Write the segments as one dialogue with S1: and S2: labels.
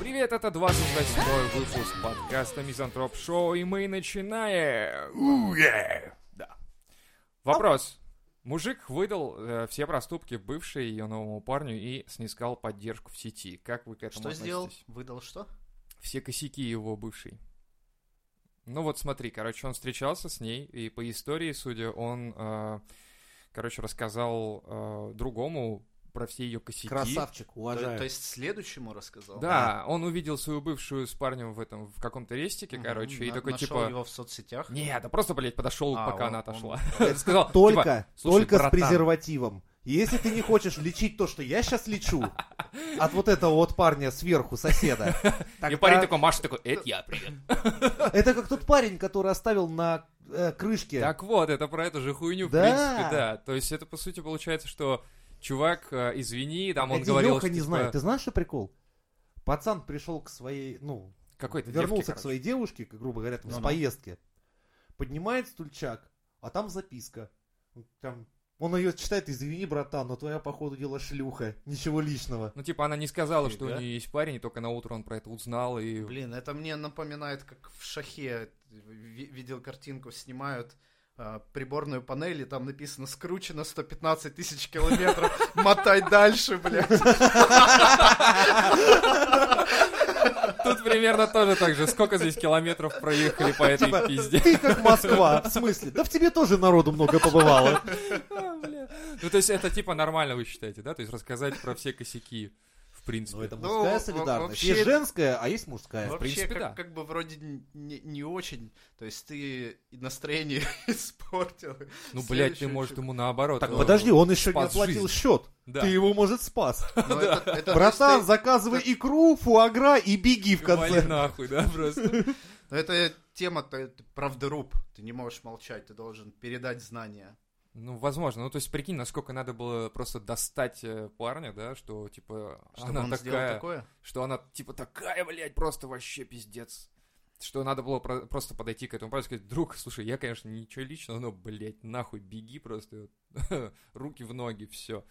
S1: привет! Это 28-й выпуск подкаста Мизантроп Шоу, и мы начинаем! Уе! Да. Вопрос. Мужик выдал э, все проступки бывшей ее новому парню и снискал поддержку в сети. Как вы к этому
S2: Что
S1: относитесь?
S2: сделал? Выдал что?
S1: Все косяки его бывшей. Ну вот смотри, короче, он встречался с ней, и по истории, судя, он, э, короче, рассказал э, другому про все ее косяки.
S3: Красавчик,
S2: То,
S3: уважаю.
S2: то есть следующему рассказал?
S1: Да, он увидел свою бывшую с парнем в этом, в каком-то рестике,
S2: Мгм.
S1: короче, и
S2: На-
S1: такой
S2: нашел
S1: типа...
S2: его в соцсетях?
S1: Не, да просто, блядь, подошел,
S2: А,
S1: пока
S2: он-
S1: она
S2: он-
S1: отошла. Сказал,
S2: Сказал,
S1: типа,
S3: Только,
S1: «Слушай,
S3: только
S1: братан».
S3: с презервативом. Если ты не хочешь лечить то, что я сейчас лечу, от вот этого вот парня сверху, соседа.
S1: И
S3: тогда-
S1: парень такой, Маша такой, это я, привет.
S3: Это как тот парень, который оставил на э, крышке.
S1: Так вот, это про эту же хуйню, в
S3: Да.
S1: принципе, да. То есть это, по сути, получается, что чувак, э, извини, там он
S3: Эти
S1: говорил...
S3: Лёха
S1: что,
S3: не
S1: типа,
S3: знает. Ты знаешь, что прикол? Пацан пришел к своей, ну,
S1: Какой-то
S3: вернулся
S1: девке,
S3: к своей девушке, как, грубо говоря, там, с
S2: Ну-ну.
S3: поездки. Поднимает стульчак, а там записка. Там, он ее читает, извини, братан, но твоя, походу, дела шлюха. Ничего личного.
S1: Ну, типа, она не сказала, что
S2: Фига.
S1: у нее есть парень, и только на утро он про это узнал, и...
S2: Блин, это мне напоминает, как в шахе ви- видел картинку, снимают а, приборную панель, и там написано «Скручено 115 тысяч километров, мотай дальше, блядь».
S1: Тут примерно тоже так же. Сколько здесь километров проехали по этой
S3: Типа,
S1: пизде?
S3: Ты как Москва, в смысле? Да в тебе тоже народу много побывало.
S1: А, бля. Ну, то есть это, типа, нормально вы считаете, да? То есть рассказать про все косяки, в
S3: Ну,
S1: принципе.
S3: это
S2: Ну,
S3: мужская
S2: во-
S3: солидарность.
S2: вообще-
S3: Есть женская, а есть мужская.
S2: Вообще,
S1: принципе,
S2: как,
S1: да.
S2: как бы вроде н- не, не очень, то есть ты и настроение испортил.
S1: Ну, блядь, ты,
S2: Следующий
S1: может,
S2: чувак.
S1: ему наоборот.
S3: Так,
S1: э,
S3: подожди, он еще не
S1: спас
S3: оплатил
S1: жизнь.
S3: счет.
S1: Да.
S3: Ты его, может, спас.
S2: Но это- это- то
S3: Братан,
S2: есть ты-
S3: заказывай икру, фуагра и беги в
S1: Вали
S3: конце.
S1: нахуй, да, просто.
S2: но это тема то это правдоруб, ты не можешь молчать, ты должен передать знания.
S1: Ну, возможно. Ну, то есть, прикинь, насколько надо было просто достать э, парня, да, что, типа,
S2: Чтобы
S1: она
S2: он сделал
S1: такая...
S2: такое.
S1: Что она, типа, такая, блядь, просто вообще пиздец. Что надо было про- просто подойти к этому парню и сказать, друг, слушай, я, конечно, ничего личного, но, блядь, нахуй, беги просто. Руки в ноги, все.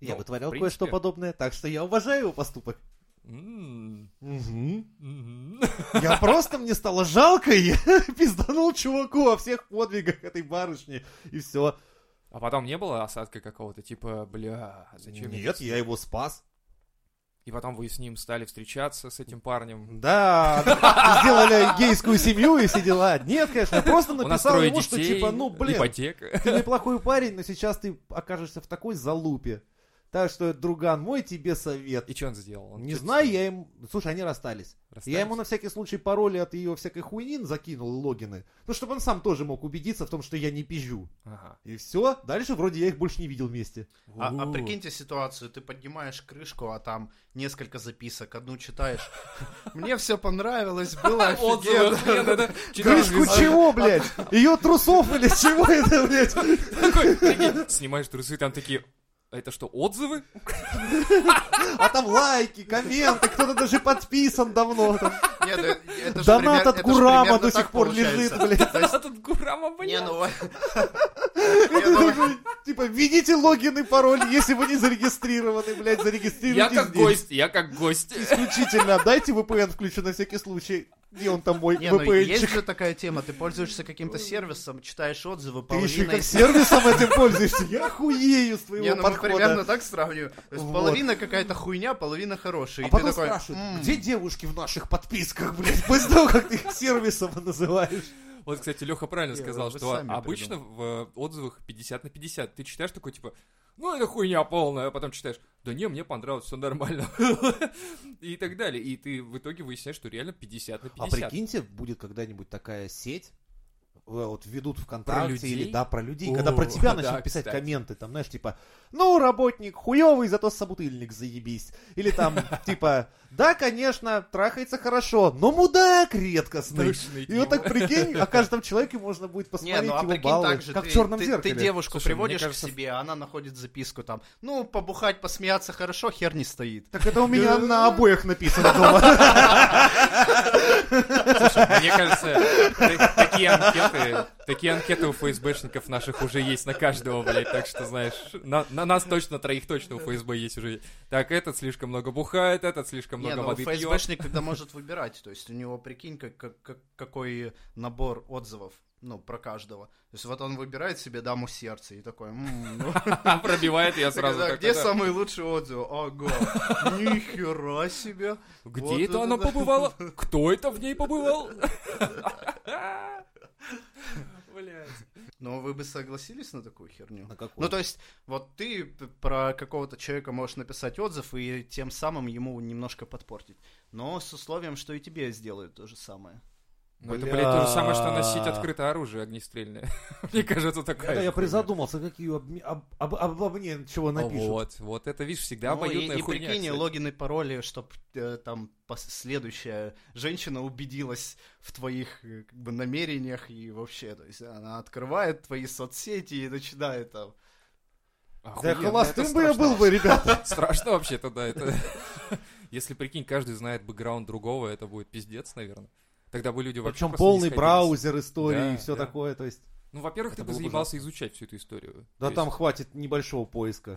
S3: Я
S1: Ну, в
S3: вытворял
S1: принципе.
S3: кое-что подобное, так что я уважаю его поступок.
S1: м-м,
S3: Мгм. Я просто, мне стало жалко, и я пизданул чуваку о всех подвигах этой барышни, и все.
S1: А потом не было осадка какого-то, типа, бля, зачем я
S3: Нет, я его спас.
S1: И потом вы с ним стали встречаться, с этим парнем.
S3: Да, да, сделали гейскую семью и все дела. Нет, конечно, я просто
S1: У нас
S3: написал
S1: трое
S3: ему, что
S1: детей,
S3: типа, ну, блин,
S1: ипотека.
S3: ты неплохой парень, но сейчас ты окажешься в такой залупе. Так что, друган мой, тебе совет.
S1: И что он сделал? Он
S3: Не
S1: чё-то
S3: знаю,
S1: сделал?
S3: я им... Слушай, они расстались.
S1: Расстались?
S3: Я ему на всякий случай пароли от ее всякой хуйни закинул и логины. Ну, чтобы он сам тоже мог убедиться в том, что я не пизжу.
S1: Ага.
S3: И все. Дальше вроде я их больше не видел вместе.
S2: А, а
S1: У-у.
S2: прикиньте ситуацию, ты поднимаешь крышку, а там несколько записок, одну читаешь. Мне все понравилось, было
S1: Отзывы,
S2: офигенно.
S1: охуенно, да? Читаешь
S3: Крышку
S1: везде.
S3: чего, блядь? Ее трусов или чего это, блядь?
S1: Такой, прикинь, Снимаешь трусы, там такие... Это что, отзывы?
S3: А там лайки, комменты, кто-то даже подписан давно. там.
S2: Не, ну, это же
S3: Донат
S2: пример-
S3: от
S2: это же
S3: Гурама
S2: примерно
S3: до сих
S2: так
S3: пор
S2: получается.
S3: лежит, блядь.
S2: То есть,
S1: Этот Гурама,
S2: Не,
S1: блин.
S2: ну, вот-
S3: И ты такой, Типа, введите логин и пароль, если вы не зарегистрированы, блядь,
S1: Я
S3: зарегистрируйтесь
S1: как
S3: здесь.
S1: гость, я как гость.
S3: Исключительно. Дайте VPN включу на всякий случай. Где он там мой
S2: не, ну, есть
S3: VPN-чик?
S2: же такая тема, ты пользуешься каким-то сервисом, читаешь отзывы,
S3: Ты еще и
S2: половина
S3: как
S2: из-
S3: сервисом этим пользуешься. Я охуею с
S2: Не,
S3: твоего
S2: ну, мы примерно
S3: подхода.
S2: так сравниваю. То есть
S3: Вот.
S2: Половина какая-то хуйня, половина хорошая.
S3: А
S2: И ты
S3: потом
S2: такой...
S3: спрашивают,
S2: «М,
S3: где девушки в наших подписках, блядь? После того, как ты их сервисом называешь.
S1: Вот, кстати, Леха правильно
S2: Не,
S1: сказал,
S2: вы- вы
S1: что
S2: сами
S1: обычно в э, отзывах 50 на 50. Ты читаешь такой, типа, ну это хуйня полная, а потом читаешь, да не, мне понравилось, все нормально. И так далее. И ты в итоге выясняешь, что реально 50 на
S3: А
S1: 50.
S3: прикиньте, будет когда-нибудь такая сеть, э, вот ведут
S1: Про
S3: ВКонтакте
S1: людей?
S3: или да, про людей,
S1: О,
S3: когда про тебя
S1: да,
S3: начнут писать
S1: кстати.
S3: комменты, там, знаешь, типа, ну, работник хуёвый, зато собутыльник заебись. Или там, типа, да, конечно, трахается хорошо, но мудак редкостный.
S1: Душный
S3: И вот так прикинь, о каждом человеке можно будет
S2: Не,
S3: посмотреть
S2: ну а
S3: его
S2: прикинь
S3: баллы,
S2: так же,
S3: как
S2: ты,
S3: в черном
S2: ты-
S3: зеркале.
S2: ты девушку
S1: Слушай, мне
S2: приводишь
S1: кажется,
S2: к себе, а она находит записку там, ну, побухать, посмеяться хорошо, хер не стоит. Ну,
S3: Так это у меня на обоих написано дома.
S1: Слушай, Мне кажется, та- такие анкеты, такие анкеты у ФСБшников наших уже есть на каждого, блядь, так что, знаешь, на, на нас точно, троих точно у ФСБ есть уже. Так, этот слишком много бухает, этот слишком
S2: Не,
S1: много
S2: ну
S1: воды пьет.
S2: ФСБшник тогда может выбирать, то есть у него, прикинь, как, как- как- какой набор отзывов, ну, про каждого. То есть вот он выбирает себе даму сердца и такой, «М, ну,
S1: Пробивает я А сразу.
S2: да,
S1: как
S2: где
S1: это.
S2: самые лучшие отзывы? Ого, нихера себе.
S1: Где
S2: Вот
S1: это
S2: это
S1: она
S2: да.
S1: побывала? Кто это в ней побывал? Блядь.
S2: Но вы бы согласились на такую херню?
S3: На какой?
S2: Ну, то есть, вот ты п- про какого-то человека можешь написать отзыв и тем самым ему немножко подпортить. Но с условием, что и тебе сделают то же самое.
S1: Ну это,
S3: Бля.
S1: блядь, то же самое, что носить открытое оружие огнестрельное. Мне кажется, такая.
S3: Это я
S1: хуйня.
S3: призадумался, какие об, об- об- обо мне чего
S1: А
S3: напишут.
S1: Вот, вот это, видишь, всегда
S2: Ну, и,
S1: обоюдная
S2: и
S1: хуйня.
S2: прикинь,
S1: кстати.
S2: логин и пароли, чтобы там пос- следующая женщина убедилась в твоих э, как бы, намерениях и вообще, то есть она открывает твои соцсети и начинает там.
S3: Да
S1: Охуенно,
S3: холостым
S1: это
S3: бы я
S1: страшно
S3: был бы, ребят.
S1: вообще. Страшно вообще-то, да, это... Если, прикинь, каждый знает бэкграунд другого, это будет пиздец, наверное. Тогда бы люди вообще
S3: Причем
S1: просто
S3: полный
S1: не сходились.
S3: браузер истории
S1: Да,
S3: и все
S1: да.
S3: такое, то есть...
S1: Ну, во-первых,
S3: Это
S1: ты бы
S3: было бы
S1: заебался изучать всю эту историю.
S3: Да
S1: То
S3: там
S1: есть-
S3: хватит небольшого поиска.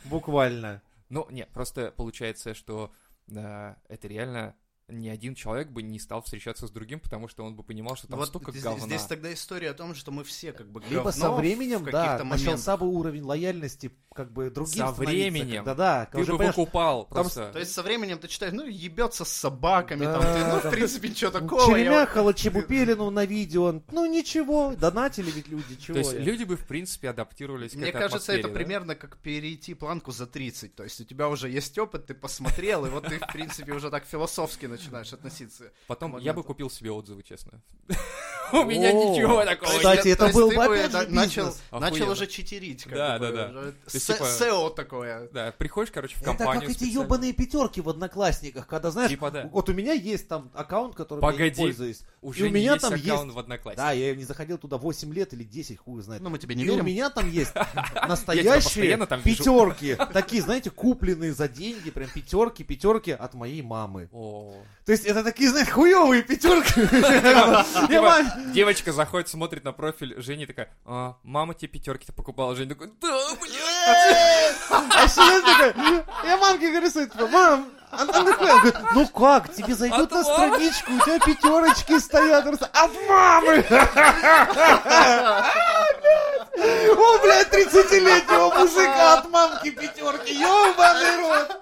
S3: Буквально.
S1: Ну, нет, просто получается, что да, это реально ни один человек бы не стал встречаться с другим, потому что он бы понимал, что там
S2: Вот
S1: столько
S2: здесь,
S1: говна.
S2: здесь тогда история о том, что мы все как бы
S3: Либо
S2: говно
S3: со временем,
S2: в
S3: да,
S2: каких-то моментах.
S3: начался бы уровень лояльности как бы другим
S1: Со временем.
S3: Да, да.
S1: Ты бы выкупал просто.
S2: То есть со временем ты читаешь, ну, ебется с собаками,
S3: Да,
S2: там, ты, ну,
S3: да.
S2: в принципе, что такого. я вот-
S3: Черемяхала Чебупелину на видео. Ну ничего, донатили ведь люди,
S1: То
S3: чего
S1: есть
S3: я.
S1: люди бы, в принципе, адаптировались к
S2: Мне
S1: этой
S2: кажется, это
S1: атмосфере, да?
S2: примерно как перейти планку за 30. То есть у тебя уже есть опыт, ты посмотрел, и вот ты, в принципе, уже так философски начинаешь относиться.
S1: Потом
S2: к
S1: я бы
S2: моменту.
S1: купил себе отзывы, честно. У меня
S3: О,
S1: ничего такого
S3: Кстати,
S1: нет.
S2: То есть-
S3: это
S2: то есть
S3: был
S2: ты
S3: бы опять
S2: на-
S3: же
S2: начал,
S3: бизнес.
S2: начал
S1: Охуенно.
S2: уже читерить. как
S1: Да,
S2: бы,
S1: да, да.
S2: уже
S1: есть,
S2: се-
S1: типа-
S2: SEO такое.
S1: Да, приходишь, короче, в
S3: Это
S1: компанию
S3: как эти
S1: специально.
S3: ебаные пятерки в Одноклассниках, когда, знаешь,
S1: Типа да.
S3: вот у меня есть там аккаунт, которым я не
S1: Погоди.
S3: пользуюсь.
S1: Уже
S3: у меня
S1: есть
S3: там
S1: аккаунт
S3: есть-
S1: в Одноклассниках.
S3: Да, я не заходил туда 8 лет или 10, хуй знает.
S2: Ну, мы тебе
S3: И
S2: не
S3: у
S2: верим.
S3: меня там есть
S1: Я тебя
S3: настоящие
S1: постоянно там вижу.
S3: пятерки. Такие, знаете, купленные за деньги, прям пятерки, пятерки от моей мамы.
S1: О.
S3: То есть это такие, знаете, хуевые пятерки. Я
S1: Типа,
S3: маме-
S1: Девочка заходит, смотрит на профиль Жени такая, «А, мама тебе пятерки-то покупала. Женя такой, да, блядь.
S3: А член такой, я мамке говорю, смотри, типа, мам, она такая, говорит, ну как, тебе зайдет
S1: От
S3: на
S1: мамы?
S3: страничку, у тебя пятерочки стоят, просто, от мамы! О, блядь, 30-летнего мужика от мамки пятерки, ебаный рот!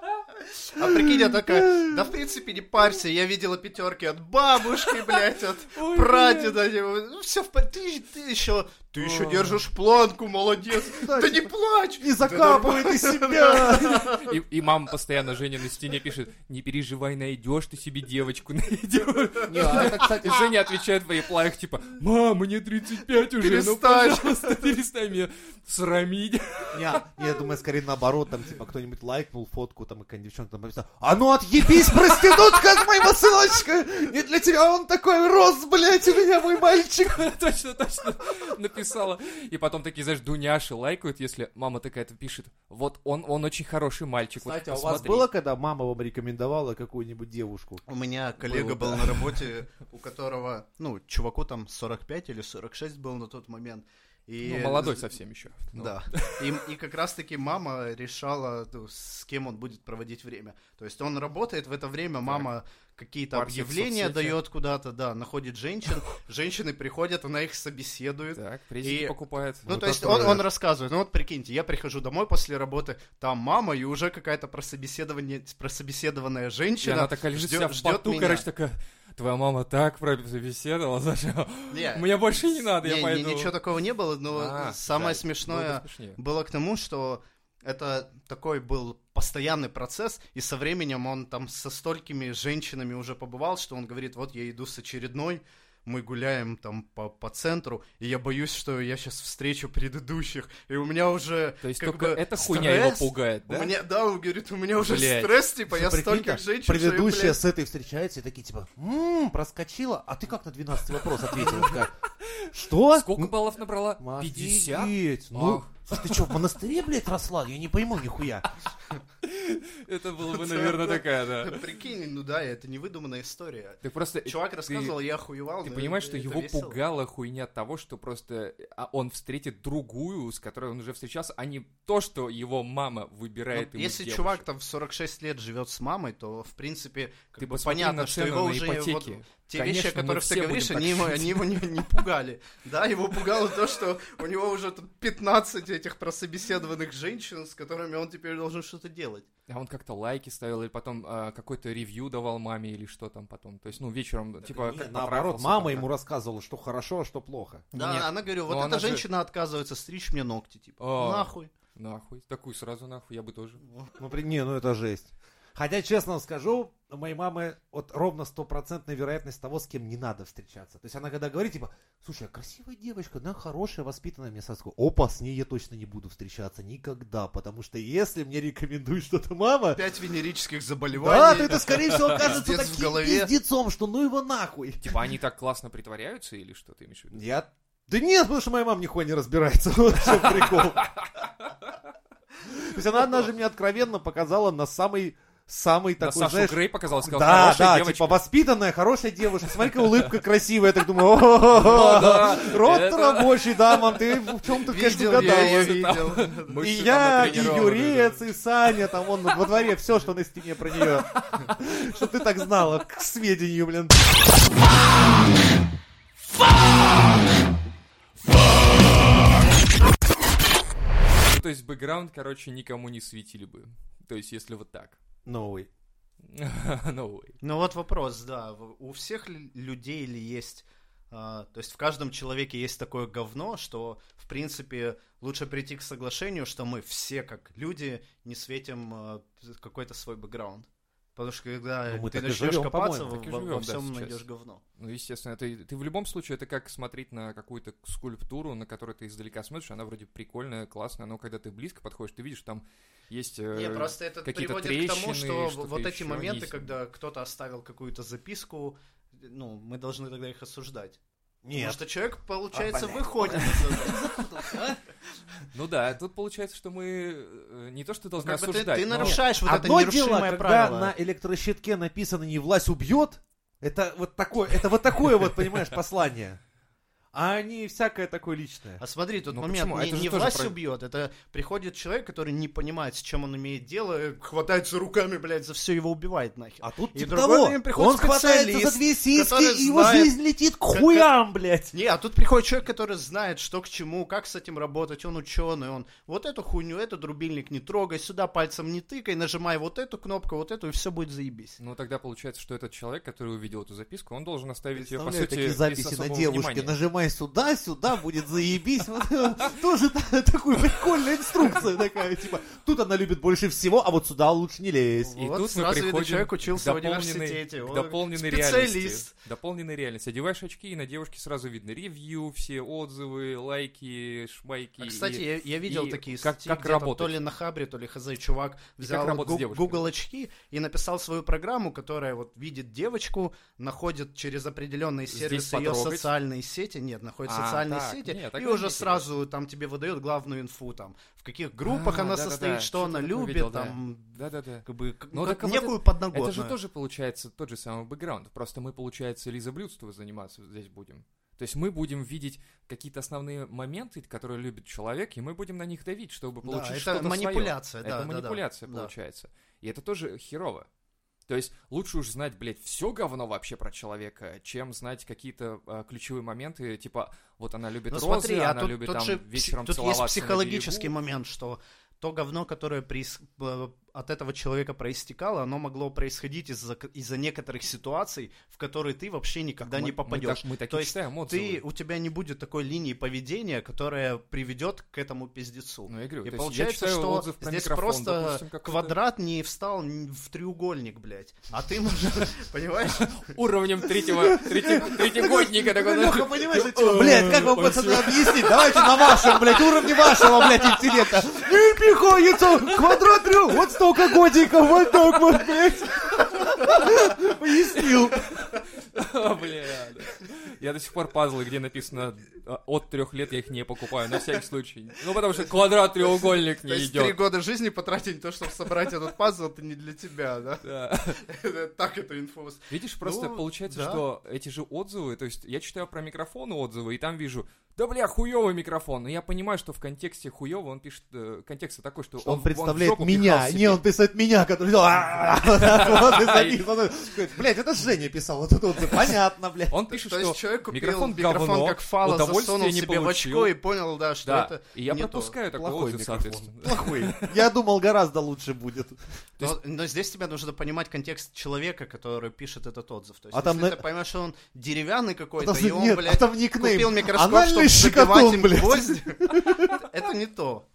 S2: А прикинь, я такая, да в принципе не парься, я видела пятерки от бабушки, блядь, от
S1: Ой,
S2: прадеда. Ну все, ты, ты еще, ты еще
S1: О.
S2: держишь планку, молодец.
S3: Да,
S2: Да не плачь.
S3: Не закапывай ты себя!
S1: И, и мама постоянно Женя на стене пишет, не переживай, найдешь ты себе девочку, найдешь.
S3: Не, а это, кстати,
S1: И Женя отвечает в реплаях, типа, мама, мне 35 уже,
S2: Перестань.
S1: ну, пожалуйста, перестань меня срамить.
S3: Не, я думаю, скорее наоборот, там, типа, кто-нибудь лайкнул фотку, там, и какая-нибудь девчонка там написала, а ну отъебись, проститутка от моего сыночка! Не для тебя он такой рос, блядь, у меня мой мальчик!
S1: Точно, точно написала. И потом такие, знаешь, дуняши лайкают, если мама такая-то пишет, вот он, он очень хороший мальчик. вот
S3: Кстати, а у вас
S1: посмотри». Ну,
S3: было, когда мама вам рекомендовала какую-нибудь девушку?
S2: У меня коллега был на работе, у которого, ну, чуваку там 45 или 46 был на тот момент. И...
S1: Ну, молодой совсем еще. Ну,
S2: Да. И, и как раз-таки мама решала, ну, с кем он будет проводить время. То есть он работает в это время, мама какие-то
S1: Парсит
S2: объявления
S1: соцсети.
S2: дает куда-то, да, находит женщин, женщины приходят, она их собеседует.
S1: Так, презики
S2: И-
S1: покупает.
S2: Ну,
S3: Вот
S2: то есть
S3: это
S2: он,
S3: да.
S2: он рассказывает, ну вот прикиньте, я прихожу домой после работы, там мама и уже какая-то прособеседование, прособеседованная
S1: И
S2: женщина.
S1: она такая лежит
S2: ждё-
S1: вся в
S2: ждёт
S1: поту,
S2: меня.
S1: короче, такая, твоя мама так пробеседовала, зачем?
S2: Не,
S1: Мне больше не надо,
S2: не,
S1: я
S2: не,
S1: пойду.
S2: ничего такого не было, но
S1: А, жаль. Было
S2: самое смешное
S1: бы смешнее.
S2: было к тому, что это такой был постоянный процесс, и со временем он там со столькими женщинами уже побывал, что он говорит, вот я иду с очередной, мы гуляем там по, по центру, и я боюсь, что я сейчас встречу предыдущих, и у меня уже
S1: То есть
S2: как
S1: только
S2: бы
S1: эта хуйня его
S2: стресс.
S1: пугает, да?
S2: У меня, да, он говорит, у меня уже
S1: Блядь.
S2: стресс, типа, я
S3: Прикинь,
S2: стольких
S3: так,
S2: женщин, что я,
S3: Предыдущая
S2: блядь,
S3: с этой встречается и такие, типа, ммм, проскочила, а ты как на 12 вопрос ответила? Такая, Что?
S1: Сколько баллов набрала?
S3: Ну,
S1: 50?
S3: офигеть, Ну,
S1: Ах,
S3: Ты что, в монастыре, блядь, росла? Я не пойму нихуя.
S1: Это была бы, наверное, такая, да.
S2: Прикинь, ну да, это невыдуманная история.
S1: Ты просто...
S2: Чувак
S1: Э, ты-
S2: рассказывал, я охуевал.
S1: Ты
S2: но
S1: понимаешь,
S2: ну, это-
S1: что
S2: это
S1: его
S2: весело.
S1: пугала хуйня того, что просто а, он встретит другую, с которой он уже встречался, а не то, что его мама
S2: Ну,
S1: выбирает ему
S2: если
S1: девушек.
S2: чувак там в 46 лет живет с мамой, то в принципе как
S1: Ты
S2: бы
S1: посмотри
S2: понятно,
S1: на
S2: что
S1: цены
S2: его
S1: на
S2: уже вот
S1: ипотеки.
S2: те
S1: Конечно,
S2: вещи, о
S1: мы
S2: которых
S1: все
S2: ты
S1: будем
S2: говоришь,
S1: так
S2: они его,
S1: жить.
S2: они его не, не пугали. Да, его пугало то, что у него уже тут 15 этих прособеседованных женщин, с которыми он теперь должен что-то делать.
S1: А он как-то лайки ставил, или потом а, какой-то ревью давал маме, или что там потом. То есть, ну, вечером,
S2: Э,
S1: типа,
S3: Не,
S1: как
S3: наоборот,
S1: поправиться
S3: мама
S1: как-то.
S3: ему рассказывала, что хорошо, а что плохо.
S2: Да,
S1: Нет.
S2: она говорила,
S1: Ну,
S2: вот
S1: она
S2: эта
S1: же-
S2: женщина отказывается стричь мне ногти, типа,
S1: А.
S2: нахуй.
S1: Нахуй. Такую сразу нахуй, я бы тоже.
S3: Ну, при- не, ну это жесть. Хотя, честно вам скажу, у моей мамы вот ровно стопроцентная вероятность того, с кем не надо встречаться. То есть она когда говорит, типа, слушай, а красивая девочка, она хорошая, воспитанная, мне сразу говорю, опа, с ней я точно не буду встречаться никогда, потому что если мне рекомендует что-то мама,
S2: Пять венерических заболеваний.
S3: да, то это, скорее всего, окажется
S2: Пиздец в
S3: таким
S2: голове.
S3: пиздецом, что ну его нахуй.
S1: Типа, они так классно притворяются, или что ты имеешь в виду?
S3: Я... Да нет, потому что моя мама нихуя не разбирается. Вот в чем прикол. То есть она однажды мне откровенно показала на самый, самый
S1: Да,
S3: такой,
S1: Сашу
S3: знаешь...
S1: Грей показал, сказал,
S3: Да,
S1: хорошая
S3: да,
S1: девочка.
S3: типа воспитанная, хорошая девушка. Смотри-ка, улыбка красивая. Я так
S1: Ну
S3: думаю, «О-о-о, рот
S1: это-
S3: рабочий, да, мам, ты в чем-то, конечно,
S2: Видел я ее,
S3: угадал.
S2: видел.
S1: Мышцы
S3: И
S1: там
S3: я, и
S1: натренированы,
S3: Юрец,
S1: да.
S3: и Саня, там он во дворе, все, что на стене про нее. Что ты так знала, к сведению, блин.
S1: Ну, то есть, бэкграунд, короче, никому не светили бы. То есть, если вот так.
S3: Новый.
S1: No way.
S2: Ну вот вопрос, да. в- У всех ли людей ли есть... а, то есть в каждом человеке есть такое говно, что, в принципе, лучше прийти к соглашению, что мы все, как люди, не светим а, какой-то свой бэкграунд. Потому что когда
S3: Ну, мы
S2: ты
S3: так и
S2: начнешь
S3: живем,
S2: копаться,
S3: по-моему,
S2: во,
S1: так и
S2: во- во
S1: живем, да,
S2: всем
S1: сейчас.
S2: найдешь говно.
S1: Ну, естественно, это, ты в любом случае, это как смотреть на какую-то скульптуру, на которую ты издалека смотришь, она вроде прикольная, классная, но когда ты близко подходишь, ты видишь, там есть... э,
S2: Не, просто это
S1: какие-то
S2: приводит к тому,
S1: трещины,
S2: что
S1: что-то
S2: вот эти
S1: еще,
S2: моменты,
S1: они-
S2: когда кто-то оставил какую-то записку, ну, мы должны тогда их осуждать. Потому
S3: Нет,
S2: что человек, получается,
S3: блядь.
S2: выходит из этого. А?
S1: Ну да, тут получается, что мы э, не то, что должны
S2: Ну, Как бы ты-
S1: осуждать,
S2: ты
S1: но-
S2: нарушаешь вот это
S3: Одно дело,
S2: нерушимое
S3: когда
S2: правило.
S3: на электрощитке написано «не власть убьет», это вот такое, это вот такое вот, понимаешь, послание. А не всякое такое личное.
S2: А смотри, тут
S1: Ну
S2: момент
S1: почему?
S2: не,
S1: Это же
S2: не
S1: тоже
S2: власть
S1: про-
S2: убьет, это приходит человек, который не понимает, с чем он имеет дело, и хватается руками, блядь, за все его убивает нахер.
S3: А тут
S2: И
S3: типа
S2: другой
S3: того,
S2: на нем приходит
S3: он хватается за
S2: специалист,
S3: две
S2: который
S3: сиськи, и его
S2: знает,
S3: жизнь летит к
S2: как-
S3: хуям, блядь.
S2: Не, а тут приходит человек, который знает, что к чему, как с этим работать, он ученый, он вот эту хуйню, эту рубильник не трогай, сюда пальцем не тыкай, нажимай вот эту кнопку, вот эту, и все будет заебись.
S1: Ну, тогда получается, что этот человек, который увидел эту записку, он должен оставить ее, по сути,
S3: Представляю такие
S1: без
S3: записи на
S1: особого
S3: девушке.
S1: внимания.
S3: Нажимай сюда, сюда, будет заебись. Вот, э, Тоже та- такую прикольная инструкция такая, типа, тут она любит больше всего, а вот сюда лучше не лезь.
S1: И
S2: Вот
S1: тут мы
S2: сразу видно,
S1: приходим
S2: человек учился
S1: к
S2: в
S1: дополненной-
S2: университете,
S1: к
S2: он
S1: дополненной реальности.
S2: специалист.
S1: Дополненной реальности. Одеваешь очки, и на девушке сразу видно ревью, все отзывы, лайки, шмайки.
S2: А, кстати,
S1: и-
S2: я, я видел
S1: и
S2: такие
S1: как-
S2: статьи,
S1: как
S2: где там
S1: работать?
S2: то ли на Хабре, то ли хз, чувак взял
S1: работать с
S2: гу-
S1: девушкой?
S2: Google очки и написал свою программу, которая вот видит девочку, находит через определенные
S1: Здесь
S2: сервисы ее
S1: потрогать?
S2: социальные сети, нет, находит
S1: А,
S2: социальные
S1: так,
S2: сети,
S1: не,
S2: и
S1: тогда
S2: уже
S1: не
S2: сразу там тебе выдает главную инфу, там, в каких группах
S1: А,
S2: она
S1: да-да-да,
S2: состоит, что
S1: что-то
S2: она
S1: такое
S2: любит,
S1: видел, да.
S2: там,
S1: Да-да-да.
S2: как бы, к-
S1: Ну,
S2: как
S1: так вот
S2: некую
S1: Это
S2: подноготную.
S1: же тоже получается тот же самый бэкграунд. Просто мы, получается, лизоблюдство заниматься здесь будем. То есть мы будем видеть какие-то основные моменты, которые любит человек, и мы будем на них давить, чтобы
S2: Да,
S1: получить
S2: это
S1: что-то своё.
S2: манипуляция, да,
S1: Это
S2: да, да.
S1: манипуляция
S2: Да.
S1: получается. И это тоже херово. То есть лучше уж знать, блядь, все говно вообще про человека, чем знать какие-то а, ключевые моменты, типа, вот она любит
S2: Ну,
S1: розы,
S2: смотри, а
S1: она
S2: тут,
S1: любит
S2: тут
S1: там
S2: же пси-
S1: вечером
S2: тут есть
S1: целоваться на
S2: психологический
S1: берегу.
S2: момент, что то говно, которое проис- э, от этого человека проистекало, оно могло происходить из-за из некоторых ситуаций, в которые ты вообще никогда
S1: Мы-
S2: не
S1: мы так-
S2: попадешь.
S1: Мы, так
S2: То
S1: и
S2: есть
S1: читаем отзывы.
S2: Ты, у тебя не будет такой линии поведения, которая приведет к этому пиздецу.
S1: Ну, я говорю, то
S2: И
S1: есть я
S2: получается,
S1: читаю
S2: что
S1: отзыв про
S2: здесь
S1: микрофон,
S2: просто
S1: допустим, какой-то-
S2: квадрат не встал н- в треугольник, блядь. А ты можешь, понимаешь?
S1: уровнем третьего, третьего, третьегодника такой.
S2: Ну,
S1: да.
S3: Леха, понимаешь, я тебе- блядь, как вам пацаны объяснить? Давайте на вашем, блядь, уровне вашего, блядь, интеллекта. Не приходится, квадрат трех, вот столько годиков, вот так вот, блядь. Пояснил.
S1: Бля, да. Я до сих пор пазлы, где написано а, от трех лет я их не покупаю, на всякий случай. Ну, потому что квадрат, треугольник
S2: То
S1: не
S2: есть три
S1: идет.
S2: года жизни потратить на то, чтобы собрать этот пазл, это не для тебя, да?
S1: Да.
S2: Так это инфу.
S1: Видишь, просто
S2: Ну,
S1: получается,
S2: да.
S1: что эти же отзывы, то есть я читаю про микрофоны отзывы, и там вижу, да бля, хуёвый микрофон. Но я понимаю, что в контексте хуёвый он пишет, э, контекст такой, что
S3: Что он
S1: в-
S3: представляет
S1: в жопу
S3: меня.
S1: пихал себе.
S3: Не, он писает меня, который делал «А-а-а». Вот и завис. Он такой, Блядь, это Женя писал этот отзыв. Понятно, блядь.
S1: Он
S2: То
S1: пишет, что
S2: есть человек купил
S1: микрофон
S2: микрофон,
S1: говно,
S2: как фала,
S1: удовольствия
S2: засунул
S1: не
S2: себе в
S1: получил.
S2: очко и понял, да, что
S1: Да,
S2: это...
S1: и я
S2: не то.
S1: пропускаю такой
S3: Плохой
S1: отзыв,
S3: микрофон.
S1: соответственно.
S3: Плохой. Я думал, гораздо лучше будет.
S1: То
S2: Но, но здесь тебе нужно понимать контекст человека, который пишет этот отзыв. То есть,
S3: А там
S2: если
S3: на-
S2: ты поймешь, что он деревянный
S3: А
S2: какой-то,
S3: там,
S2: и он,
S3: нет, а
S2: блядь,
S3: там никнейм.
S2: купил микроскоп,
S3: Анальный
S2: чтобы забивать
S3: щекотун,
S2: им
S3: блядь.
S2: гвозди, это не то.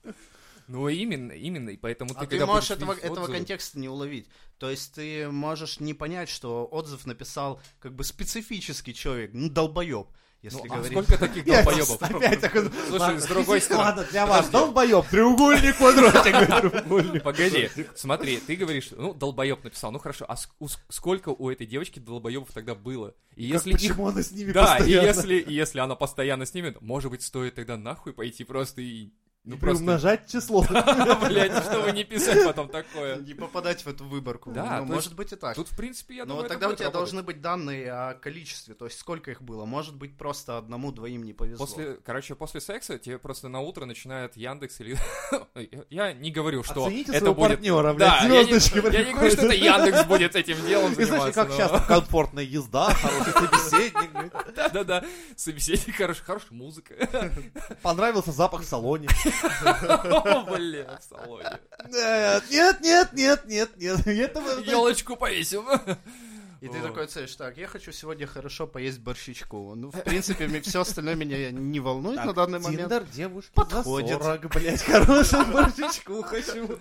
S1: Ну, именно, именно, и поэтому ты,
S2: А ты,
S1: когда
S2: можешь
S1: будешь
S2: этого,
S1: видеть
S2: этого
S1: отзывы-
S2: контекста не уловить. То есть ты можешь не понять, что отзыв написал как бы специфический человек, ну, долбоеб, если
S1: Ну, а
S2: говорить.
S1: сколько таких
S3: Я
S1: долбоебов?
S3: Опять такой.
S1: Слушай, с другой стороны,
S3: Ладно, для вас долбоеб. Треугольник, квадратик. Треугольник.
S1: погоди, смотри, ты говоришь, ну, долбоеб написал, ну хорошо, а ск- у ск- сколько у этой девочки долбоебов тогда было? И
S3: Как-
S1: если их
S3: Почему она с ними
S1: Да, и
S3: постоянно?
S1: если, и если она постоянно снимет, может быть, стоит тогда нахуй пойти просто и... Ну, просто,
S3: Приумножать число.
S1: блядь, чтобы не писать потом такое.
S2: Не попадать в эту выборку.
S1: Да,
S2: ну,
S1: то есть
S2: может быть и так.
S1: Тут, в принципе, я
S2: Но
S1: думаю, это
S2: Ну, тогда у
S1: будет
S2: тебя
S1: работать.
S2: должны быть данные о количестве, то есть сколько их было. Может быть, просто одному, двоим не повезло.
S1: После, короче, после секса тебе просто на утро начинает Яндекс или... Я не говорю, что
S3: Оцените
S1: это
S3: своего
S1: будет... Да,
S3: партнера, блядь.
S1: я не-
S3: звездочки
S1: я не говорю, что это
S3: приходят.
S1: Яндекс будет этим делом
S3: И знаешь,
S1: заниматься.
S3: как сейчас там комфортная езда, хороший собеседник. блядь.
S1: Да-да-да, собеседник хороший, хорошая музыка.
S3: Понравился запах в салоне.
S1: О, бля, в салоне.
S3: Нет, нет, нет, нет, нет, нет. Это вы-
S1: Елочку повесим.
S2: И ты
S1: Вот.
S2: такой целишь, так, я хочу сегодня хорошо поесть борщичку. Ну, в принципе, все остальное меня не волнует
S3: Так,
S2: на данный момент.
S3: Тиндер девушки
S2: Подходит.
S3: за 40, блядь, хорошую борщичку хочу.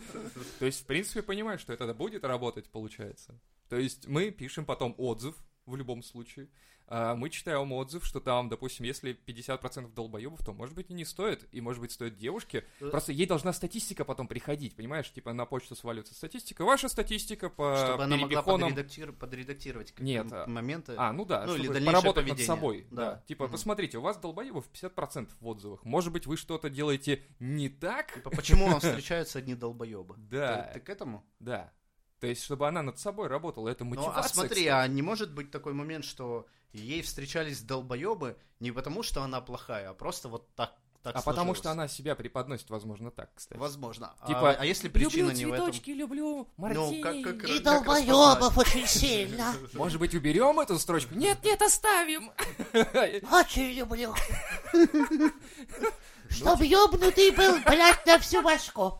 S1: То есть, в принципе, понимаешь, что это будет работать, получается. То есть мы пишем потом отзыв в любом случае. А, Мы читаем отзыв, что там, допустим, если 50% долбоебов, то, может быть, и не стоит, и, может быть, стоит девушке.
S2: Э.
S1: Просто ей должна статистика потом приходить, понимаешь? Типа на почту сваливается статистика, ваша статистика по
S2: Чтобы она могла
S1: перепихонам.
S2: подредактир- подредактировать
S1: А, Нет,
S2: какие-то
S1: а-
S2: моменты.
S1: А, ну да,
S2: Ну, или
S1: чтобы
S2: дальнейшее
S1: поработать над
S2: поведение.
S1: собой. Да.
S2: Да.
S1: Типа,
S2: Мгм.
S1: посмотрите, у вас долбоебов 50% в отзывах. Может быть, вы что-то делаете не так?
S2: Типа, почему вам встречаются одни долбоебы?
S1: Да.
S2: Ты, ты к этому?
S1: Да. То есть, чтобы она над собой работала, это
S2: Ну,
S1: мотивация.
S2: а смотри,
S1: кстати.
S2: а не может быть такой момент, что ей встречались долбоебы не потому, что она плохая, а просто вот так, так
S1: а потому
S2: сложилось?
S1: что она себя преподносит, возможно, так, кстати.
S2: Возможно. А-
S1: Типа,
S2: а, если причина не в этом?
S1: люблю
S2: Ну, как, как,
S4: И
S2: как распознать?
S4: долбоебов очень сильно.
S1: Может быть, уберем эту строчку? Нет, нет, оставим.
S4: Очень люблю.
S1: Ну,
S4: Чтоб ёбнутый был, блядь, на всю башку.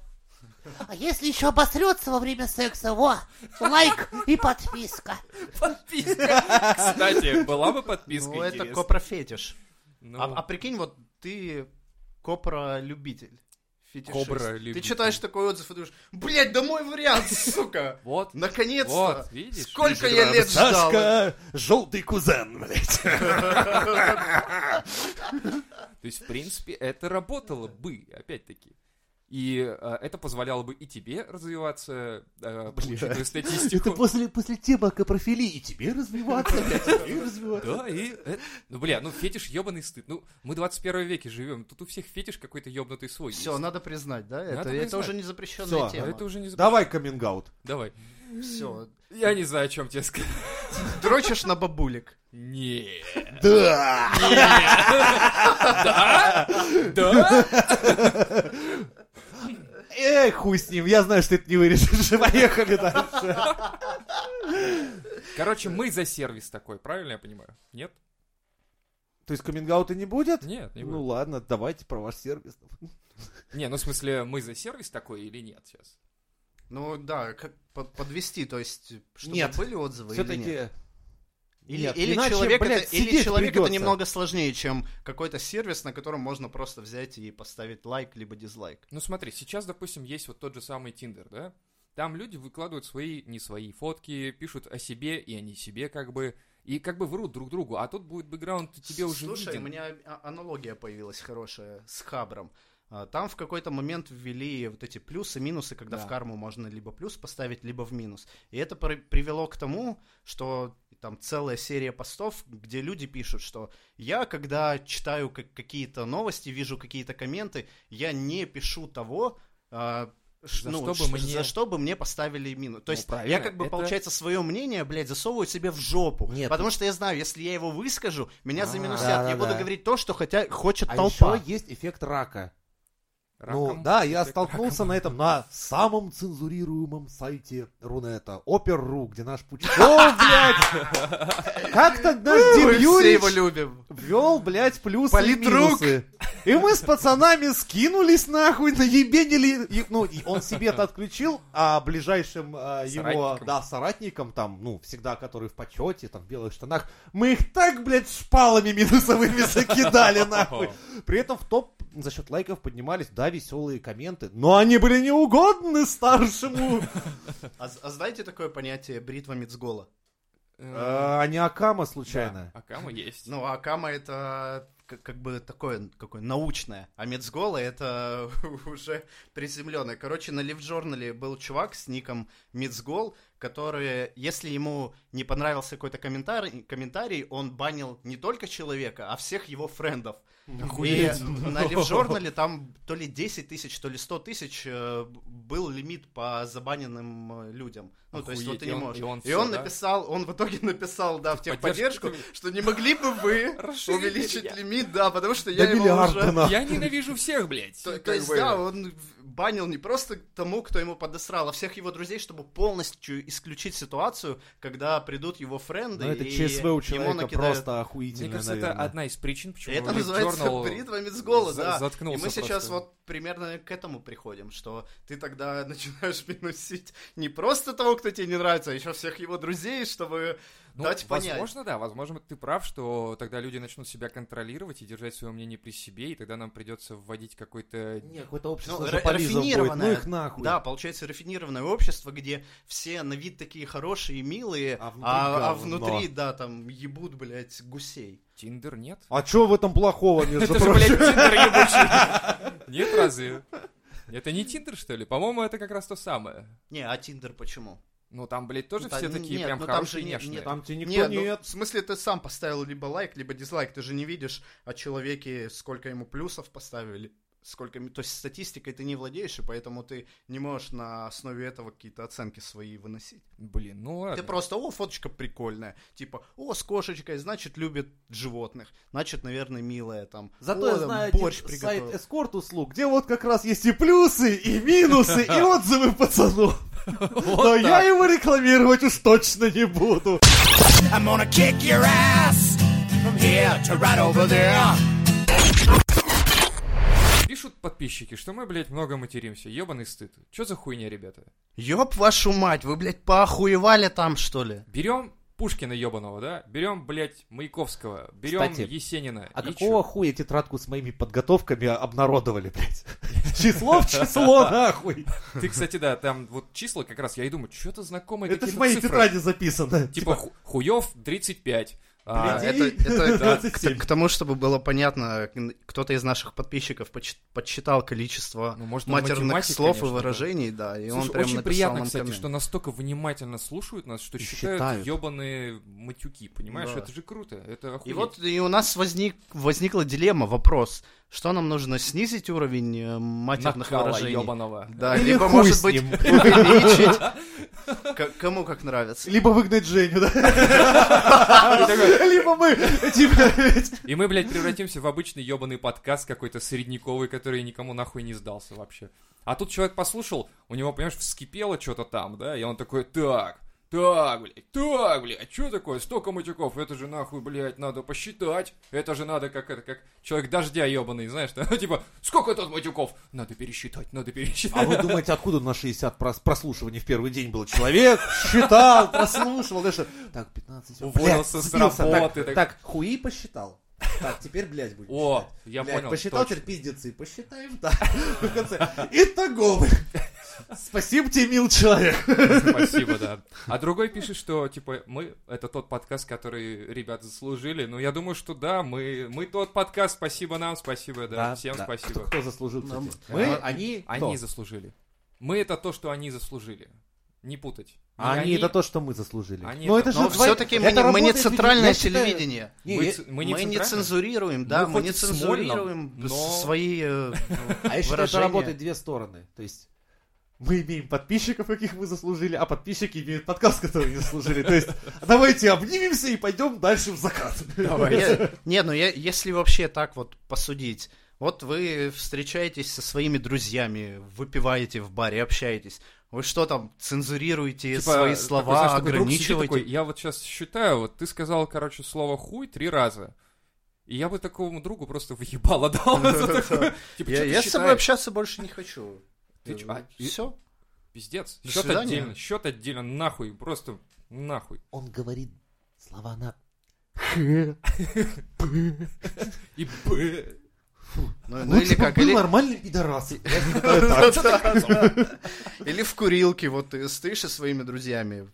S4: А если еще обосрется во время секса, во, лайк и подписка.
S1: Подписка. Кстати, была бы подписка.
S2: Ну, это
S1: интересно.
S2: копрофетиш.
S1: Ну,
S2: А, а прикинь, вот ты копролюбитель. Фетишист.
S1: Кобра-любитель.
S2: Ты читаешь такой отзыв и думаешь, блядь, да мой вариант, сука!
S1: Вот.
S2: Наконец-то!
S1: Вот, видишь?
S2: Сколько я лет ждал!
S3: Сашка, желтый кузен, блядь.
S1: То есть, в принципе, это работало бы, опять-таки. И э, это позволяло бы и тебе развиваться, э, учитывая
S3: Это
S1: статистику.
S3: после, после темы о капрофилии и тебе развиваться, блядь, и тебе развиваться.
S1: Да, и... э, Ну, бля, ну фетиш ебаный стыд. Ну, мы 21 веке живем, тут у всех фетиш какой-то ебнутый свой
S2: Все,
S1: есть.
S2: надо признать, да?
S1: Надо
S2: это,
S1: признать.
S2: это уже не запрещенная
S3: Всё,
S1: Но
S2: тема.
S1: это уже не... зап-
S3: Давай каминг-аут.
S1: Давай.
S2: Все.
S1: Я не знаю, о чем тебе сказать.
S2: Дрочишь на бабулек.
S1: Не.
S3: Да!
S1: Да? Да?
S3: Эй, хуй с ним, я знаю, что ты это не вырежешь. Поехали дальше.
S1: Короче, мы за сервис такой, правильно я понимаю? Нет?
S3: То есть каминг-аута не будет?
S1: Нет, не
S3: Ну
S1: будет.
S3: ладно, давайте про ваш сервис.
S1: Не, ну в смысле, мы за сервис такой или нет сейчас?
S2: Ну да, как по- подвести, то есть, чтобы
S3: Нет.
S2: были отзывы или нет?
S3: Все-таки...
S2: Или,
S3: Нет,
S2: или
S3: иначе,
S2: человек,
S3: блядь,
S2: это, или
S3: сидеть
S2: человек это
S3: придется.
S2: немного сложнее, чем какой-то сервис, на котором можно просто взять и поставить лайк либо дизлайк.
S1: Ну смотри, сейчас, допустим, есть вот тот же самый Тиндер, да? Там люди выкладывают свои, не свои фотки, пишут о себе и они себе как бы, и как бы врут друг другу, а тут будет бэкграунд тебе уже
S2: Слушай,
S1: виден.
S2: у меня а- аналогия появилась хорошая с Хабром. А, А, Там в какой-то момент ввели вот эти плюсы, минусы, когда
S1: Да.
S2: в карму можно либо плюс поставить, либо в минус. И это при- привело к тому, что там целая серия постов, где люди пишут, что я, когда читаю как- какие-то новости, вижу какие-то комменты, я не пишу того, а, ш-
S1: За
S2: ну,
S1: что бы
S2: ш-
S1: мне-
S2: за что бы мне поставили минус. То
S1: Ну,
S2: есть я
S1: правильно,
S2: как бы,
S1: это- ну
S2: получается, свое мнение, блядь, засовываю себе в жопу.
S3: Нет.
S2: Потому что я знаю, если я его выскажу, меня
S1: А,
S2: заминусят. я
S3: да-да-да.
S2: буду говорить то, что хотя хочет
S3: А
S2: толпа.
S3: еще есть эффект рака. Ну
S1: Раком.
S3: да, я столкнулся на этом, на самом цензурируемом сайте Рунета, Опер.ру, где наш Пучков, блядь, как-то наш
S2: Мы
S3: Дим
S2: все его
S3: Юрьевич
S2: любим.
S3: ввел, блядь, плюсы
S2: Политрук.
S3: и минусы. И мы с пацанами скинулись нахуй, наебенили. И, ну, и он себе-то отключил, а ближайшим а, его,
S1: Соратникам.
S3: да, соратникам, там, ну, всегда, которые в почете, там, в белых штанах, мы их так, блядь, шпалами минусовыми закидали нахуй. При этом в топ за счет лайков поднимались, да, веселые комменты, но они были неугодны старшему.
S2: А, з- а знаете такое понятие бритва Мицгола?
S1: Э,
S3: Э, А не Акама
S1: да,
S3: случайно.
S1: Акама есть.
S2: Ну, Акама это к- как бы такое, какое научное, а Мицгола это уже приземленное. Короче, на лифт-журнале был чувак с ником Мицгол, который, если ему не понравился какой-то комментарий, комментарий, он банил не только человека, а всех его френдов. И на лифт-журнале там то ли 10 тысяч, то ли 100 тысяч э, был лимит по забаненным э, людям. Ну, то есть вот
S1: Охуеть,
S2: ты не
S1: и он-
S2: можешь.
S1: и он
S2: И
S1: всё,
S2: он
S1: да?
S2: написал, он в итоге написал, да, в
S1: Поддержку.
S2: техподдержку, что не могли бы вы
S1: Расширили меня.
S2: увеличить лимит, да, потому что я
S3: До
S2: его
S3: миллиарда
S2: уже...
S3: нахуй.
S1: Я ненавижу всех, блядь.
S2: То, то
S1: Как
S2: есть,
S1: бы.
S2: да, он банил не просто тому, кто ему подосрал, а всех его друзей, чтобы полностью исключить ситуацию, когда придут его френды
S3: Но это
S2: и
S3: ЧСВ у
S2: ему
S3: человека
S2: накидают.
S3: просто
S1: Мне
S3: охуительное,
S1: кажется, это
S3: наверное.
S1: одна из причин, почему
S2: Это
S1: Live
S2: называется
S1: Journal
S2: бритва Мицгола,
S1: за-
S2: да.
S1: заткнулся
S2: И мы сейчас
S1: просто.
S2: вот примерно к этому приходим, что ты тогда начинаешь минусить не просто того, кто тебе не нравится, а еще всех его друзей, чтобы
S1: Ну,
S2: дать понять.
S1: Возможно, да, возможно, ты прав, что тогда люди начнут себя контролировать и держать свое мнение при себе, и тогда нам придется вводить какой-то...
S3: Не, какое-то общество ну,
S2: Ну, ра-
S3: будет. Ну
S2: рафинированное.
S3: их нахуй.
S2: Да, получается рафинированное общество, где все на вид такие хорошие и милые,
S3: А внутри
S2: а, а
S3: говно.
S2: внутри, да, там ебут, блядь, гусей.
S1: Тиндер нет?
S3: А чё в этом плохого, между
S1: Это же, блядь,
S3: прочим?
S1: Тиндер ебучий. Нет, разве? Это не Тиндер, что ли? По-моему, это как раз то самое.
S2: Не, а Тиндер почему?
S1: Ну, там, блядь, тоже
S2: Ну, да,
S1: все такие
S2: нет,
S1: прям
S2: ну, там
S1: хорошие,
S2: же не-
S1: нежные.
S2: нет,
S3: Там тебе
S2: Не,
S3: никто
S2: ну,
S3: нет.
S2: в смысле, ты сам поставил либо лайк, либо дизлайк. Ты же не видишь о человеке, сколько ему плюсов поставили. Сколько... ми- То есть статистикой ты не владеешь, и поэтому ты не можешь на основе этого какие-то оценки свои выносить.
S1: Блин, ну
S2: Ты
S1: ладно.
S2: просто, о, фоточка прикольная. Типа, о, с кошечкой, значит, любит животных. Значит, наверное, милая там.
S3: Зато
S2: «О,
S3: я
S2: там
S3: знаю один
S2: борщ приготовил.
S3: сайт эскорт-услуг, где вот как раз есть и плюсы, и минусы, и отзывы пацанов. Но я его рекламировать уж точно не буду.
S5: I'm gonna kick your ass from here to right over there.
S1: Пишут подписчики, что мы, блядь, много материмся. Ебаный стыд. Че за хуйня, ребята?
S2: Ёб вашу мать, вы, блядь, поохуевали там, что ли?
S1: Берем Пушкина ебаного, да? Берем, блядь, Маяковского. Берем
S3: Кстати,
S1: Есенина.
S3: А
S1: И чё?
S3: какого хуя тетрадку с моими подготовками обнародовали, блядь? Число в число, нахуй.
S1: Ты, кстати, да, там вот числа как раз, я и думаю, что это знакомое
S3: Это ж в
S1: какие-то
S3: моей
S1: цифры.
S3: тетради записано.
S1: Типа ху- хуёв 35. а,
S3: Блядь,
S2: это, это
S3: Да.
S2: к, к- к тому, чтобы было понятно, кто-то из наших подписчиков подч- подсчитал количество
S1: Ну, может, он
S2: матерных
S1: математик,
S2: слов
S1: конечно,
S2: и
S1: да.
S2: выражений, да, и он
S1: Слушай,
S2: прям
S1: очень
S2: написал
S1: приятно,
S2: нам
S1: кстати,
S2: коммент.
S1: что настолько внимательно слушают нас, что
S3: И
S1: считают
S3: считают.
S1: ебаные матюки, понимаешь?
S2: Да.
S1: Это же круто, это
S2: И
S1: охуеть.
S2: вот и у нас возник, возникла дилемма, вопрос, что нам нужно снизить уровень э, матерных
S1: Накала
S2: выражений?
S1: ёбаного.
S2: Да,
S3: Или
S2: либо,
S3: хуй
S2: может
S3: с
S2: быть,
S3: ним.
S2: увеличить. К- Кому как нравится.
S3: Либо выгнать Женю, да?
S1: И такой-
S3: Либо мы, типа,
S1: И мы, блядь, превратимся в обычный ебаный подкаст какой-то средниковый, который никому нахуй не сдался вообще. А тут человек послушал, у него, понимаешь, вскипело что-то там, да, и он такой, так, так, блядь, так, блядь, что такое, столько матюков, это же нахуй, блядь, надо посчитать, это же надо, как это, как человек дождя ебаный, знаешь, да? типа, сколько тут матюков, надо пересчитать, надо
S3: А
S1: пересчитать.
S3: вы думаете, откуда на 60 прос- прослушиваний в первый день был человек? Считал, прослушивал, да что? Так, 15... всё,
S1: Уволился
S3: блядь,
S1: с
S3: сбился, так,
S1: работы, так-
S3: Так, хуи посчитал. Так, теперь, блядь, будем
S1: О,
S3: считать.
S1: я
S3: Блядь,
S1: понял,
S3: посчитал,
S1: точно.
S3: теперь пиздецы. Посчитаем, да. В конце. Итого, блядь, Спасибо тебе, мил человек.
S1: Спасибо, да. А другой пишет, что, типа, мы... Это тот подкаст, который ребята заслужили. Ну, я думаю, что да, мы, мы тот подкаст. Спасибо нам, спасибо, да. Всем
S3: Кто,
S1: спасибо.
S3: кто заслужил?
S2: Нам-
S3: кстати? Мы,
S1: А,
S3: они,
S1: Они
S3: кто?
S1: заслужили. Мы — это то, что они заслужили. Не путать. Не
S3: А они это то, что мы заслужили.
S1: Они
S3: Ну,
S1: это-
S3: это же
S1: Но
S2: Но
S3: двое-
S2: все-таки
S3: это
S2: мы, не- мы не
S3: работает, ведь, я
S2: центральное
S3: считаю-
S2: телевидение.
S3: Не,
S1: Мы
S3: я-
S1: ц-
S2: Мы,
S1: не
S2: не,
S1: центральные?
S2: цензурируем, да,
S1: Мы
S2: мы,
S1: хоть
S2: не
S1: и Смольном,
S2: цензурируем
S1: но-
S2: с- свои э,
S3: А я считаю, это
S2: выражения.
S3: работает две стороны. То есть мы имеем подписчиков, каких мы заслужили, а подписчики имеют подкаст, который не заслужили. То есть давайте обнимемся и пойдем дальше в закат.
S2: Не, не, ну я- если вообще так вот посудить, вот вы встречаетесь со своими друзьями, выпиваете в баре, общаетесь. Вы что там, цензурируете
S1: Типа,
S2: свои
S1: такой,
S2: слова,
S1: знаешь, такой друг сидит
S2: ограничиваете?
S1: такой, я вот сейчас считаю, вот ты сказал, короче, слово хуй три раза. И я бы такому другу просто въебало дал за такое. Типа,
S2: Я,
S1: «Чё ты
S2: я с собой
S1: считаешь?»
S2: общаться больше не хочу.
S1: Ты чё, а, и-
S2: Все.
S1: Пиздец.
S2: До
S1: Счет
S2: свидания.
S1: отдельно, счет отдельно, нахуй, просто нахуй.
S4: Он говорит слова на...
S1: И б...
S2: Ну, ну или
S1: типа,
S3: Лучше бы
S2: как,
S3: был
S2: или,
S3: нормальный пидорас.
S2: или в курилке, вот ты стоишь со своими друзьями.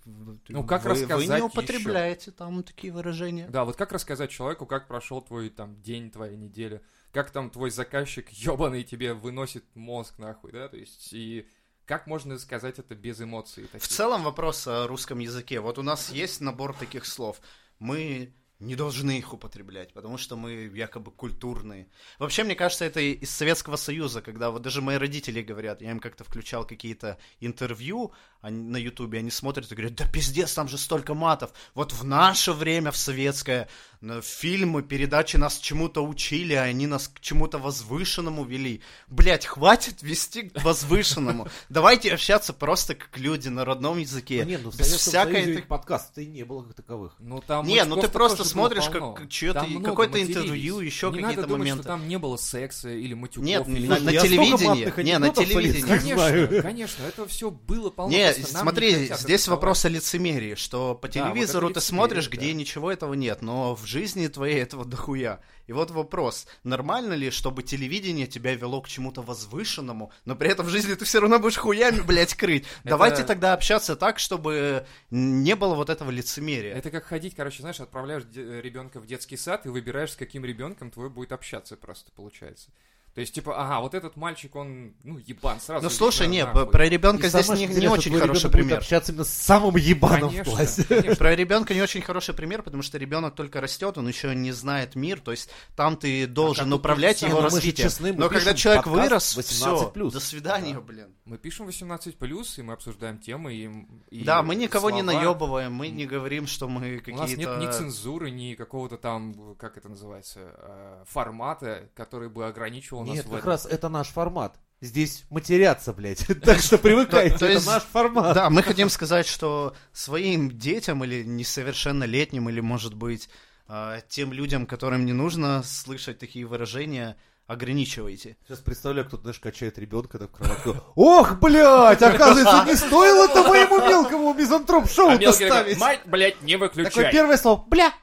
S1: Ну, как
S2: Вы- Вы
S1: рассказать
S2: не употребляете там такие выражения.
S1: Да, вот как рассказать человеку, как прошел твой там день, твоя неделя, как там твой заказчик ебаный тебе выносит мозг нахуй, да, то есть и как можно сказать это без эмоций?
S2: В
S1: таких?
S2: целом вопрос о русском языке. Вот у нас есть набор таких слов. Мы не должны их употреблять, потому что мы якобы культурные. Вообще, мне кажется, это и- из Советского Союза, когда вот даже мои родители говорят, я им как-то включал какие-то интервью они- на Ютубе, они смотрят и говорят, да пиздец, там же столько матов. Вот в наше время, в советское, на фильмы, передачи нас чему-то учили, а они нас к чему-то возвышенному вели. Блять, хватит вести к возвышенному. Давайте общаться просто как люди на родном языке.
S3: Не, ну в
S2: без
S3: Советском
S2: всякой...
S3: Союзе
S2: этой-
S3: ведь подкастов-то и не было как таковых.
S1: Ну, там
S2: Не, ну ты
S1: мужиков-то
S2: просто
S1: тоже было
S2: смотришь
S1: полно.
S2: как- чьё-то-
S1: Там много
S2: какое-то
S1: матерились.
S2: интервью, ещё
S1: Не
S2: какие-то
S1: надо думать,
S2: моменты.
S1: что там не было секса или матюков.
S2: Нет,
S1: или-
S2: на- на
S3: Я столько
S2: телевидении.
S3: матных
S2: Не, на
S3: анекдотов
S2: телевидении.
S3: советских знаю.
S1: Конечно, конечно, это все было полно.
S2: Не,
S1: просто нам
S2: смотри,
S1: хотят
S2: здесь
S1: это давать.
S2: вопрос о лицемерии, что по
S1: Да,
S2: телевизору
S1: вот это
S2: ты смотришь,
S1: лицемерие,
S2: где
S1: да.
S2: ничего этого нет, но в жизни твоей этого дохуя. И вот вопрос, нормально ли, чтобы телевидение тебя вело к чему-то возвышенному, но при этом в жизни ты все равно будешь хуями, блядь, крыть.
S1: Это-
S2: Давайте тогда общаться так, чтобы не было вот этого лицемерия.
S1: Это как ходить, короче, знаешь, отправляешь де- ребенка в детский сад и выбираешь, с каким ребенком твой будет общаться просто, получается. То есть, типа, ага, вот этот мальчик, он, ну, ебан, сразу.
S2: Ну слушай,
S1: видно,
S2: не,
S1: нахуй.
S2: про ребенка
S3: И
S2: здесь
S3: самое
S2: не, не
S3: интересное,
S2: очень
S3: твой
S2: хороший
S3: ребенок будет
S2: пример.
S3: общаться именно с самым ебаным в
S1: Конечно,
S3: классе.
S1: конечно.
S2: Про ребенка не очень хороший пример, потому что ребенок только растет, он еще не знает мир, то есть там
S3: А
S2: ты должен
S1: тут
S2: управлять
S3: то же
S2: его
S3: самое, мы же
S2: развитием.
S3: честны, мы
S2: Но когда
S3: пишем
S2: человек
S3: подкаст
S2: вырос,
S3: 18+.
S2: все, до свидания,
S3: Да.
S2: блин.
S1: Мы пишем 18+, и мы обсуждаем темы, и... и
S2: да, мы никого не
S1: слова.
S2: наебываем, мы не говорим, что мы
S1: У нас нет
S2: какие-то...
S1: ни цензуры, ни какого-то там, как это называется, э, формата, который бы ограничивал нас
S3: Нет,
S1: в
S3: как
S1: этом.
S3: раз это наш формат. Здесь матерятся, блядь. Так что привыкайте,
S1: Ну,
S2: То
S3: это
S2: есть-
S3: наш формат.
S2: Да, мы хотим сказать, что своим детям или несовершеннолетним, или, может быть, э, тем людям, которым не нужно слышать такие выражения, ограничивайте.
S3: Сейчас представляю, кто-то, знаешь, качает ребенка так в кроватку. Ох, блядь, оказывается, не стоило это моему мелкому
S1: А
S3: мизантроп-шоу-то
S1: мелкий такой,
S3: ставить.
S1: мать, блядь, не
S3: Такое
S1: выключай.
S3: первое слово. Бля,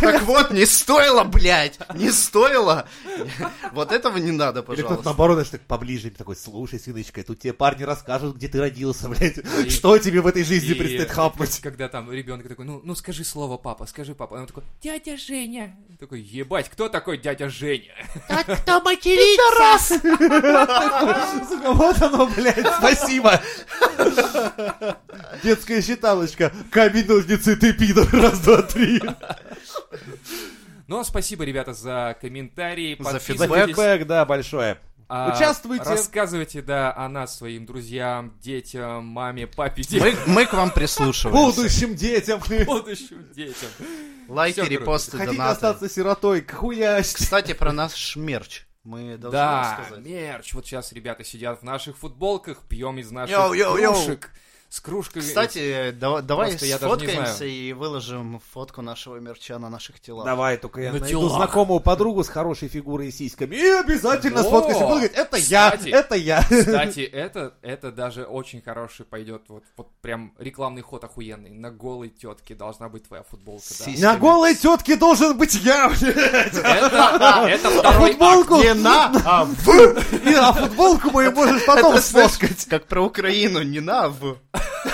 S2: Так вот, не стоило, блядь, не стоило. Вот этого не надо,
S3: Или кто-то
S2: пожалуйста.
S3: наоборот, знаешь, так поближе, такой, слушай, сыночка, тут тебе парни расскажут, где ты родился, блядь,
S1: и-
S3: что тебе в этой жизни
S1: И,
S3: предстоит
S1: э,
S3: хапнуть.
S1: Когда там ребенок такой, ну, ну скажи слово папа, скажи папа. И Он такой, дядя Женя. Я такой, ебать, кто такой дядя Женя?
S4: Тот, кто матерится.
S3: Сука, вот оно, блядь, спасибо. Детская считалочка. Камень, ножницы, ты пидор. Раз, два, три.
S1: Ну, а спасибо, ребята, за комментарии.
S2: За
S1: подписывайтесь.
S3: Бэкбэк, да, большое.
S1: А,
S3: Участвуйте.
S1: Рассказывайте, да, о нас своим друзьям, детям, маме, папе, детям.
S2: Мы, мы к вам прислушиваемся.
S3: Будущим детям.
S1: Будущим детям.
S2: Лайки,
S1: Всё, короче.
S2: репосты,
S3: Хотите
S2: донаты.
S3: остаться сиротой, хуяч.
S2: Кстати, про наш мерч. Мы должны
S1: Да,
S2: рассказать.
S1: мерч. Вот сейчас ребята сидят в наших футболках, пьем из наших
S2: Йоу, йоу, йоу.
S1: кружек, с кружкой.
S2: Кстати, да- давай
S1: Просто я даже не
S2: сфоткаемся
S1: знаю.
S2: и выложим фотку нашего мерча на наших телах.
S3: Давай, только я
S1: На
S3: найду
S1: телах.
S3: знакомую подругу с хорошей фигурой и сиськами. И обязательно
S1: О,
S3: сфоткайся. Буду говорить, это я,
S1: кстати.
S3: это я.
S1: Кстати, это, это даже очень хороший пойдет, вот, вот прям рекламный ход охуенный. На голой тетке должна быть твоя футболка, да.
S2: Сись.
S3: На голой тетке должен быть я, блядь.
S1: Это, это
S3: А
S1: второй
S3: футболку...
S2: Не на, а в.
S3: И, а футболку мою можешь потом
S2: Это, знаешь,
S3: сфоткать.
S2: как про Украину, не на, а в.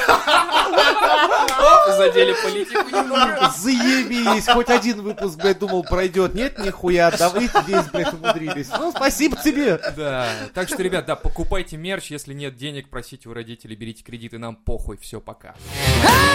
S1: акт, задели политику немного.
S3: Заебись, хоть один выпуск, блядь, думал, пройдет. Нет, нихуя, давайте здесь, блядь, умудрились. Ну, спасибо тебе.
S1: Да, так что, ребят, да, покупайте мерч, если нет денег, просите у родителей, берите кредиты, нам похуй, все, пока.
S5: I